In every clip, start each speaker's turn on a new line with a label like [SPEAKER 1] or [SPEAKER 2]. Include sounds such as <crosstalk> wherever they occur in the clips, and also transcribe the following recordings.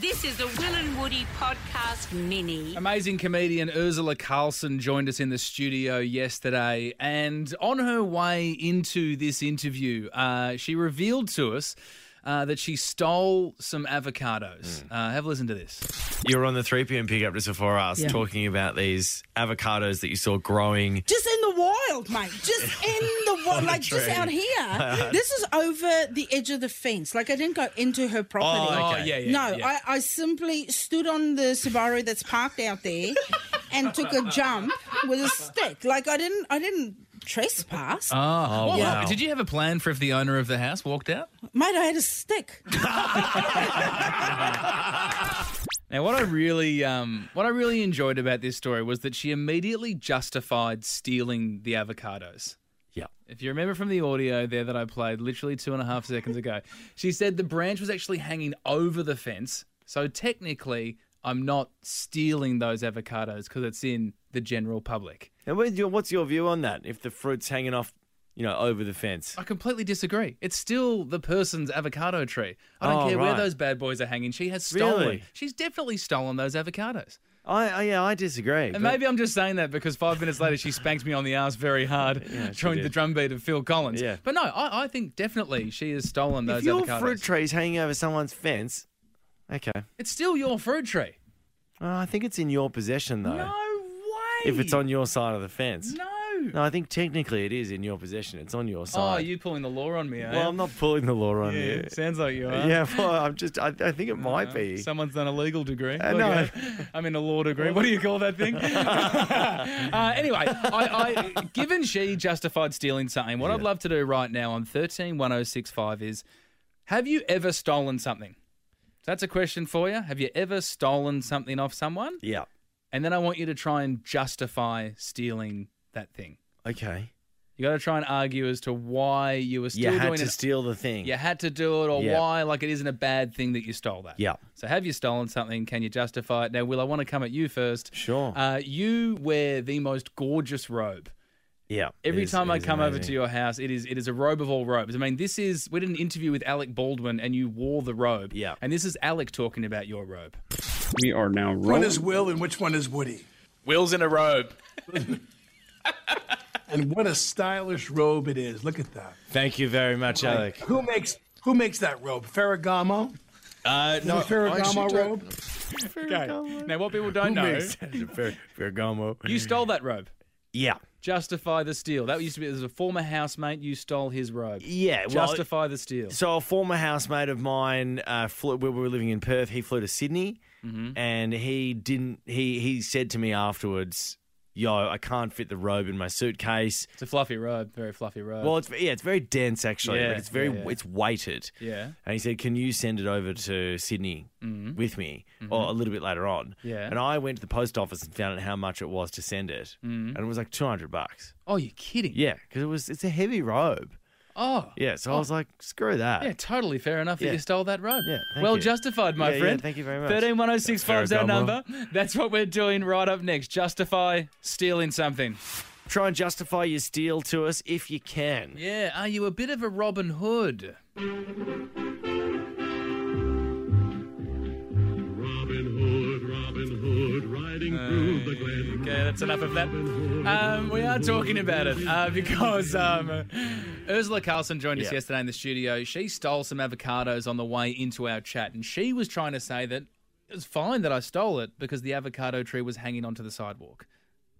[SPEAKER 1] This is a Will and Woody podcast mini.
[SPEAKER 2] <laughs> Amazing comedian Ursula Carlson joined us in the studio yesterday, and on her way into this interview, uh, she revealed to us uh, that she stole some avocados. Uh, have a listen to this.
[SPEAKER 3] You were on the 3 p.m. pickup to Sephora us
[SPEAKER 4] Yeah.
[SPEAKER 3] talking about these avocados that you saw growing.
[SPEAKER 4] Just in the wild, mate. Just in
[SPEAKER 2] <laughs>
[SPEAKER 4] the wild, like just
[SPEAKER 3] tree.
[SPEAKER 4] out
[SPEAKER 2] Uh-huh.
[SPEAKER 4] here. this is over the edge of the fence. Like I didn't go into her property.
[SPEAKER 3] Oh, okay.
[SPEAKER 2] yeah, yeah.
[SPEAKER 4] no,
[SPEAKER 2] yeah.
[SPEAKER 4] I, I simply stood on the Subaru that's parked out there and took a jump with a stick. Like I didn't, I didn't trespass,
[SPEAKER 2] Oh, what-
[SPEAKER 3] wow.
[SPEAKER 2] Did you have a plan for if the owner of the house walked out?
[SPEAKER 4] mate. I had a stick.
[SPEAKER 2] Now, what I really, um, what I really enjoyed about this story was that she immediately justified stealing the avocados.
[SPEAKER 3] Yeah.
[SPEAKER 2] If you remember from the audio there that I played literally two and a half seconds ago, she said the branch was actually hanging over the fence. So technically, I'm not stealing those avocados because it's in the general public.
[SPEAKER 3] And what's your, what's your view on that? If the fruit's hanging off, you know, over the fence.
[SPEAKER 2] I completely disagree. It's still the person's avocado tree. I don't
[SPEAKER 3] Oh,
[SPEAKER 2] care where
[SPEAKER 3] right.
[SPEAKER 2] those bad boys are hanging. She has stolen.
[SPEAKER 3] Really?
[SPEAKER 2] She's definitely stolen those avocados.
[SPEAKER 3] I, I yeah, I disagree.
[SPEAKER 2] And
[SPEAKER 3] but-
[SPEAKER 2] maybe I'm just saying that because five minutes later she spanked me on the ass very
[SPEAKER 3] <laughs>
[SPEAKER 2] hard,
[SPEAKER 3] she
[SPEAKER 2] joined the
[SPEAKER 3] did.
[SPEAKER 2] drumbeat of Phil Collins.
[SPEAKER 3] Yeah.
[SPEAKER 2] But no, I, I think definitely she has stolen those
[SPEAKER 3] if your
[SPEAKER 2] avocados.
[SPEAKER 3] fruit tree's hanging over someone's fence, okay.
[SPEAKER 2] it's still your fruit tree.
[SPEAKER 3] Well, I think it's in your possession though.
[SPEAKER 2] No way.
[SPEAKER 3] If it's on your side of the fence.
[SPEAKER 2] No.
[SPEAKER 3] No, I think technically it is in your possession. It's on your
[SPEAKER 2] Oh,
[SPEAKER 3] side.
[SPEAKER 2] you pulling the law on me, eh?
[SPEAKER 3] Well, I'm not pulling the law on
[SPEAKER 2] yeah,
[SPEAKER 3] you.
[SPEAKER 2] Sounds like you are.
[SPEAKER 3] Yeah, well, I'm just. I, I think it might be.
[SPEAKER 2] Someone's done a legal degree.
[SPEAKER 3] Uh,
[SPEAKER 2] Look
[SPEAKER 3] no.
[SPEAKER 2] at <laughs> it. I mean, a law degree. What do you call that <laughs> thing? uh, anyway, I, I, given she justified stealing something, what I'd love to do right now on 131065 is have you ever stolen something? So that's a question for you. Have you ever stolen something off someone?
[SPEAKER 3] <laughs> yeah.
[SPEAKER 2] And then I want you to try and justify stealing that thing.
[SPEAKER 3] Okay.
[SPEAKER 2] You got to try and argue as to why you were
[SPEAKER 3] You
[SPEAKER 2] still
[SPEAKER 3] had
[SPEAKER 2] doing
[SPEAKER 3] to
[SPEAKER 2] it.
[SPEAKER 3] steal the thing.
[SPEAKER 2] You had to do it, or
[SPEAKER 3] Yeah.
[SPEAKER 2] why? Like it isn't a bad thing that you stole that.
[SPEAKER 3] Yeah.
[SPEAKER 2] So have you stolen something? Can you justify it? Now, Will, I want to come at you first.
[SPEAKER 3] Sure.
[SPEAKER 2] Uh, you wear the most gorgeous robe.
[SPEAKER 3] yeah.
[SPEAKER 2] Every
[SPEAKER 3] It is-
[SPEAKER 2] time
[SPEAKER 3] it
[SPEAKER 2] I
[SPEAKER 3] is
[SPEAKER 2] come over
[SPEAKER 3] amazing.
[SPEAKER 2] to your house, it is it is a robe of all robes. I mean, this is we did an interview with Alec Baldwin, and you wore the robe.
[SPEAKER 3] Yeah.
[SPEAKER 2] And this is Alec talking about your robe.
[SPEAKER 5] We are now
[SPEAKER 6] One
[SPEAKER 5] rolling.
[SPEAKER 6] is Will and which one is Woody?
[SPEAKER 2] Will's in a robe.
[SPEAKER 6] <laughs> And what a stylish robe it is. Look at that.
[SPEAKER 3] Thank you very much, <laughs> Alec.
[SPEAKER 6] Who makes who makes that robe? Ferragamo?
[SPEAKER 3] Uh,
[SPEAKER 6] The
[SPEAKER 3] no,
[SPEAKER 6] Ferragamo robe?
[SPEAKER 2] Okay. Now, what people don't know, <laughs>
[SPEAKER 3] Ferragamo.
[SPEAKER 2] you stole that robe.
[SPEAKER 3] Yeah.
[SPEAKER 2] Justify the steal. That used to be there's a former housemate. You stole his robe.
[SPEAKER 3] Yeah. Well,
[SPEAKER 2] Justify the steal.
[SPEAKER 3] so a former housemate of mine, uh, flew, we were living in Perth. He flew to Sydney,
[SPEAKER 2] Mm-hmm.
[SPEAKER 3] and he didn't. He he said to me afterwards, "Yo, I can't fit the robe in my suitcase."
[SPEAKER 2] It's a fluffy robe, very fluffy robe.
[SPEAKER 3] Well, it's yeah, it's very dense actually.
[SPEAKER 2] Yeah,
[SPEAKER 3] like it's very
[SPEAKER 2] yeah, yeah.
[SPEAKER 3] it's weighted.
[SPEAKER 2] Yeah. Mm-hmm.
[SPEAKER 3] And he said, "Can you send it over to Sydney with me, or a little bit later on?"
[SPEAKER 2] Yeah.
[SPEAKER 3] And I went to the post office and found out how much it was to send it,
[SPEAKER 2] Mm-hmm.
[SPEAKER 3] and it was like two hundred bucks.
[SPEAKER 2] oh, you're kidding?
[SPEAKER 3] Yeah, because it was it's a heavy robe.
[SPEAKER 2] Oh,
[SPEAKER 3] Yeah. So I was like, "Screw that."
[SPEAKER 2] yeah, totally fair enough that
[SPEAKER 3] Yeah.
[SPEAKER 2] you stole that robe.
[SPEAKER 3] Yeah, thank
[SPEAKER 2] well
[SPEAKER 3] you.
[SPEAKER 2] justified, my
[SPEAKER 3] Yeah, yeah,
[SPEAKER 2] friend.
[SPEAKER 3] thank you very much.
[SPEAKER 2] 131065 is our number.
[SPEAKER 3] Ferragamo.
[SPEAKER 2] That's what we're doing right up next. Justify stealing something.
[SPEAKER 3] Try and justify your steal to us if you can.
[SPEAKER 2] <laughs> Yeah, are you a bit of a Robin Hood?
[SPEAKER 7] Robin Hood, Robin Hood, riding through the glen.
[SPEAKER 2] Uh, Okay, that's enough of that. Um, we are talking about it uh, <laughs> because um, Ursula Carlson joined us
[SPEAKER 3] Yeah.
[SPEAKER 2] yesterday in the studio. She stole some avocados on the way into our chat, and she was trying to say that it was fine that I stole it because the avocado tree was hanging onto the sidewalk.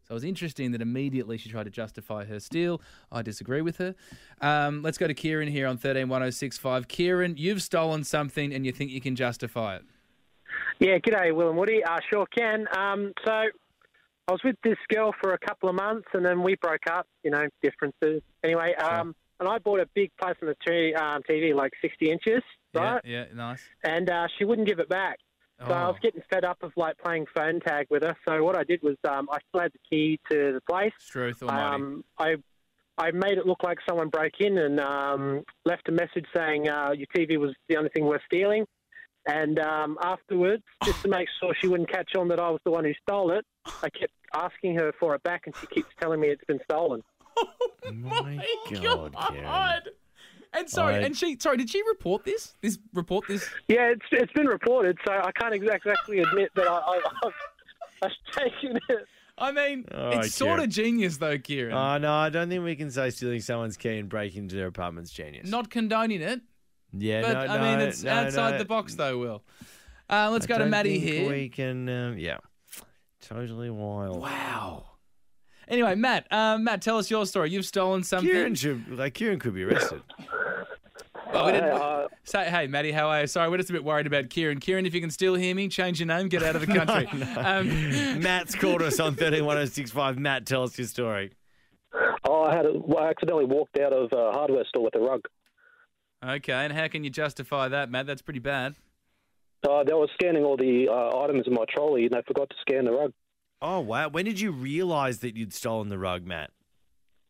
[SPEAKER 2] So it was interesting that immediately she tried to justify her steal. I disagree with her. Um, let's go to Kieran here on 131065. Kieran, you've stolen something and you think you can justify it.
[SPEAKER 8] Yeah, g'day, Will and Woody. Uh, sure can. Um, so I was with this girl for a couple of months, and then we broke up. You know, differences. Anyway, um, and I bought a big plasma t- um, TV, like sixty inches, right?
[SPEAKER 2] Yeah, yeah, nice.
[SPEAKER 8] And uh, she wouldn't give it back. So I
[SPEAKER 2] Oh.
[SPEAKER 8] was getting fed up of like playing phone tag with her. So what I did was um, I still had the key to the place.
[SPEAKER 2] Struth Almighty.
[SPEAKER 8] Um, I I made it look like someone broke in and um, left a message saying uh, your TV was the only thing worth stealing. And um, afterwards, just to make sure she wouldn't catch on that I was the one who stole it, I kept asking her for it
[SPEAKER 2] Oh
[SPEAKER 8] back, and she keeps telling me it's been stolen.
[SPEAKER 3] My God, Karen.
[SPEAKER 2] And sorry,
[SPEAKER 3] I-
[SPEAKER 2] and she sorry, did she report this? This report this?
[SPEAKER 8] Yeah, it's it's been reported, so I can't exactly admit that I, I, I've, I've <laughs> taken it.
[SPEAKER 2] I mean,
[SPEAKER 3] All right,
[SPEAKER 2] it's sort
[SPEAKER 3] Kieran.
[SPEAKER 2] of genius though, Kieran.
[SPEAKER 3] Oh, no, I don't think we can say stealing someone's key and breaking into their apartment's genius.
[SPEAKER 2] Not condoning it,
[SPEAKER 3] yeah,
[SPEAKER 2] but
[SPEAKER 3] no,
[SPEAKER 2] I
[SPEAKER 3] no,
[SPEAKER 2] mean, it's
[SPEAKER 3] no,
[SPEAKER 2] outside
[SPEAKER 3] no.
[SPEAKER 2] the box though. Will. Uh, let's
[SPEAKER 3] I
[SPEAKER 2] go to
[SPEAKER 3] don't
[SPEAKER 2] Maddie
[SPEAKER 3] think
[SPEAKER 2] here.
[SPEAKER 3] We can, um, yeah, totally wild.
[SPEAKER 2] Wow. Anyway, Matt, uh, Matt, tell us your story. You've stolen something.
[SPEAKER 3] Kieran should, like, Kieran could
[SPEAKER 2] <laughs>
[SPEAKER 3] be arrested.
[SPEAKER 2] Oh, we didn't-
[SPEAKER 8] Uh,
[SPEAKER 2] Say, hey, Maddie, how are you? Sorry, we're just a bit worried about Kieran. Kieran, if you can still hear me, change your name, get out <laughs> of the
[SPEAKER 3] <laughs>
[SPEAKER 2] country. um,
[SPEAKER 3] Matt's called us on thirteen one zero six five. Matt, tell us your story.
[SPEAKER 8] oh, I had a, well, I accidentally walked out of a hardware store with a rug.
[SPEAKER 2] okay, and how can you justify that, Matt? That's pretty bad.
[SPEAKER 8] Uh, they were scanning all the uh, items in my trolley, and they forgot to scan the rug.
[SPEAKER 3] Oh wow! When did you realise that you'd stolen the rug, Matt?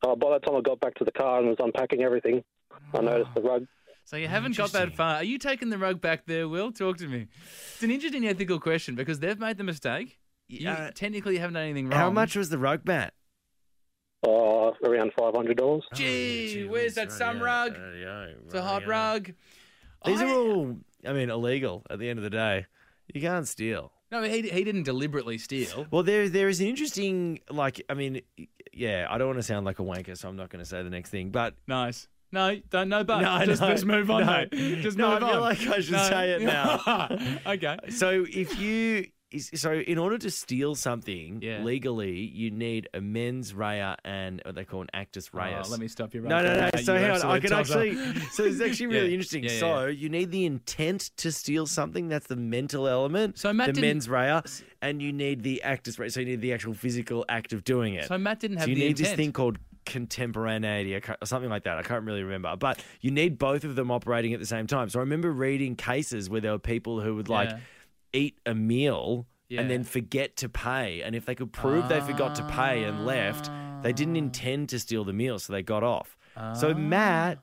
[SPEAKER 8] Uh, by the time I got back to the car and was unpacking everything, I noticed the rug.
[SPEAKER 2] So you haven't got that far. Are you taking the rug back there, Will? Talk to me. It's an interesting ethical question because they've made the mistake. You
[SPEAKER 3] Uh,
[SPEAKER 2] technically haven't done anything wrong.
[SPEAKER 3] How much was the rug, Matt?
[SPEAKER 8] Uh, around five hundred dollars.
[SPEAKER 3] Oh,
[SPEAKER 2] Gee, where's that some rug?
[SPEAKER 3] uh,
[SPEAKER 2] It's a hot rug.
[SPEAKER 3] These
[SPEAKER 2] I-
[SPEAKER 3] are all, I mean, illegal. At the end of the day, you can't steal.
[SPEAKER 2] No, he, he didn't deliberately steal.
[SPEAKER 3] Well, there there is an interesting, like, I mean, yeah, I don't want to sound like a wanker, so I'm not going to say the next thing, but
[SPEAKER 2] <laughs> Nice. No, don't no but.
[SPEAKER 3] No,
[SPEAKER 2] just,
[SPEAKER 3] no,
[SPEAKER 2] just move on,
[SPEAKER 3] no.
[SPEAKER 2] mate. Just
[SPEAKER 3] No, I
[SPEAKER 2] move
[SPEAKER 3] feel
[SPEAKER 2] on.
[SPEAKER 3] like I should say it now.
[SPEAKER 2] <laughs> okay.
[SPEAKER 3] So if you is- so in order to steal something
[SPEAKER 2] Yeah.
[SPEAKER 3] legally, you need a mens rea and what they call an actus reus.
[SPEAKER 2] Oh, let me stop you right
[SPEAKER 3] No, no,
[SPEAKER 2] there,
[SPEAKER 3] no.
[SPEAKER 2] mate.
[SPEAKER 3] So
[SPEAKER 2] You
[SPEAKER 3] hang on. I
[SPEAKER 2] absolute
[SPEAKER 3] can
[SPEAKER 2] tosser.
[SPEAKER 3] actually. So
[SPEAKER 2] <laughs>
[SPEAKER 3] it's actually really
[SPEAKER 2] Yeah.
[SPEAKER 3] interesting.
[SPEAKER 2] Yeah, yeah,
[SPEAKER 3] so you need the intent to steal something. That's the mental element.
[SPEAKER 2] So Matt
[SPEAKER 3] the
[SPEAKER 2] didn't-
[SPEAKER 3] mens rea, and you need the actus reus. So you need the actual physical act of doing it.
[SPEAKER 2] So Matt didn't have
[SPEAKER 3] So you
[SPEAKER 2] the
[SPEAKER 3] need
[SPEAKER 2] intent.
[SPEAKER 3] this thing called contemporaneity I can't- or something like that. I can't really remember. But you need both of them operating at the same time. So I remember reading cases where there were people who would like
[SPEAKER 2] Yeah.
[SPEAKER 3] eat a meal
[SPEAKER 2] Yeah.
[SPEAKER 3] and then forget to pay. And if they could prove they forgot to pay and left, they didn't
[SPEAKER 2] Ah.
[SPEAKER 3] intend to steal the meal, so they got off. So Matt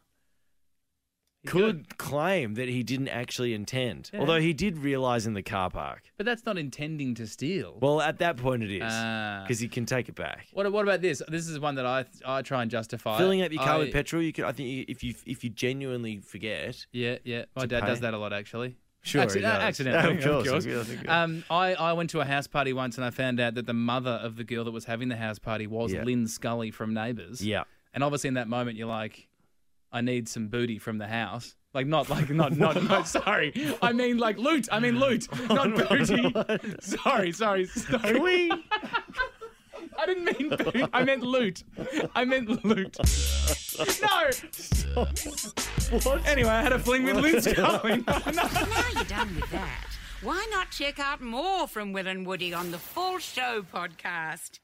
[SPEAKER 3] could claim that he didn't actually intend, although he did realize in the car park.
[SPEAKER 2] But that's not intending to steal.
[SPEAKER 3] Well, at that point, it is
[SPEAKER 2] Ah.
[SPEAKER 3] because he can take it back.
[SPEAKER 2] what, what about this? This is one that I I try and justify.
[SPEAKER 3] filling up your car with
[SPEAKER 2] I-
[SPEAKER 3] petrol. You could, I think, you- if you if you genuinely forget,
[SPEAKER 2] Yeah, yeah. My
[SPEAKER 3] To
[SPEAKER 2] dad does
[SPEAKER 3] pay.
[SPEAKER 2] that a lot, actually.
[SPEAKER 3] Sure, he
[SPEAKER 2] Acci- uh,
[SPEAKER 3] does.
[SPEAKER 2] accidentally.
[SPEAKER 3] <laughs> Of course, of course, of course.
[SPEAKER 2] Um, I, I went to a house party once and I found out that the mother of the girl that was having the house party was
[SPEAKER 3] Yeah.
[SPEAKER 2] Lynn Scully from Neighbours.
[SPEAKER 3] Yeah.
[SPEAKER 2] And obviously, in that moment, you're like, I need some booty from the house. Like, not, like, not, not, not, sorry. I mean, like, loot. I mean, loot, not booty. Sorry, sorry, sorry.
[SPEAKER 3] we
[SPEAKER 2] <laughs> I didn't mean boot. I meant loot. I meant loot. No. Anyway, I had a fling with Lynn Scully. No, no.
[SPEAKER 1] Now you're done with that. Why not check out more from Will and Woody on the Full Show podcast?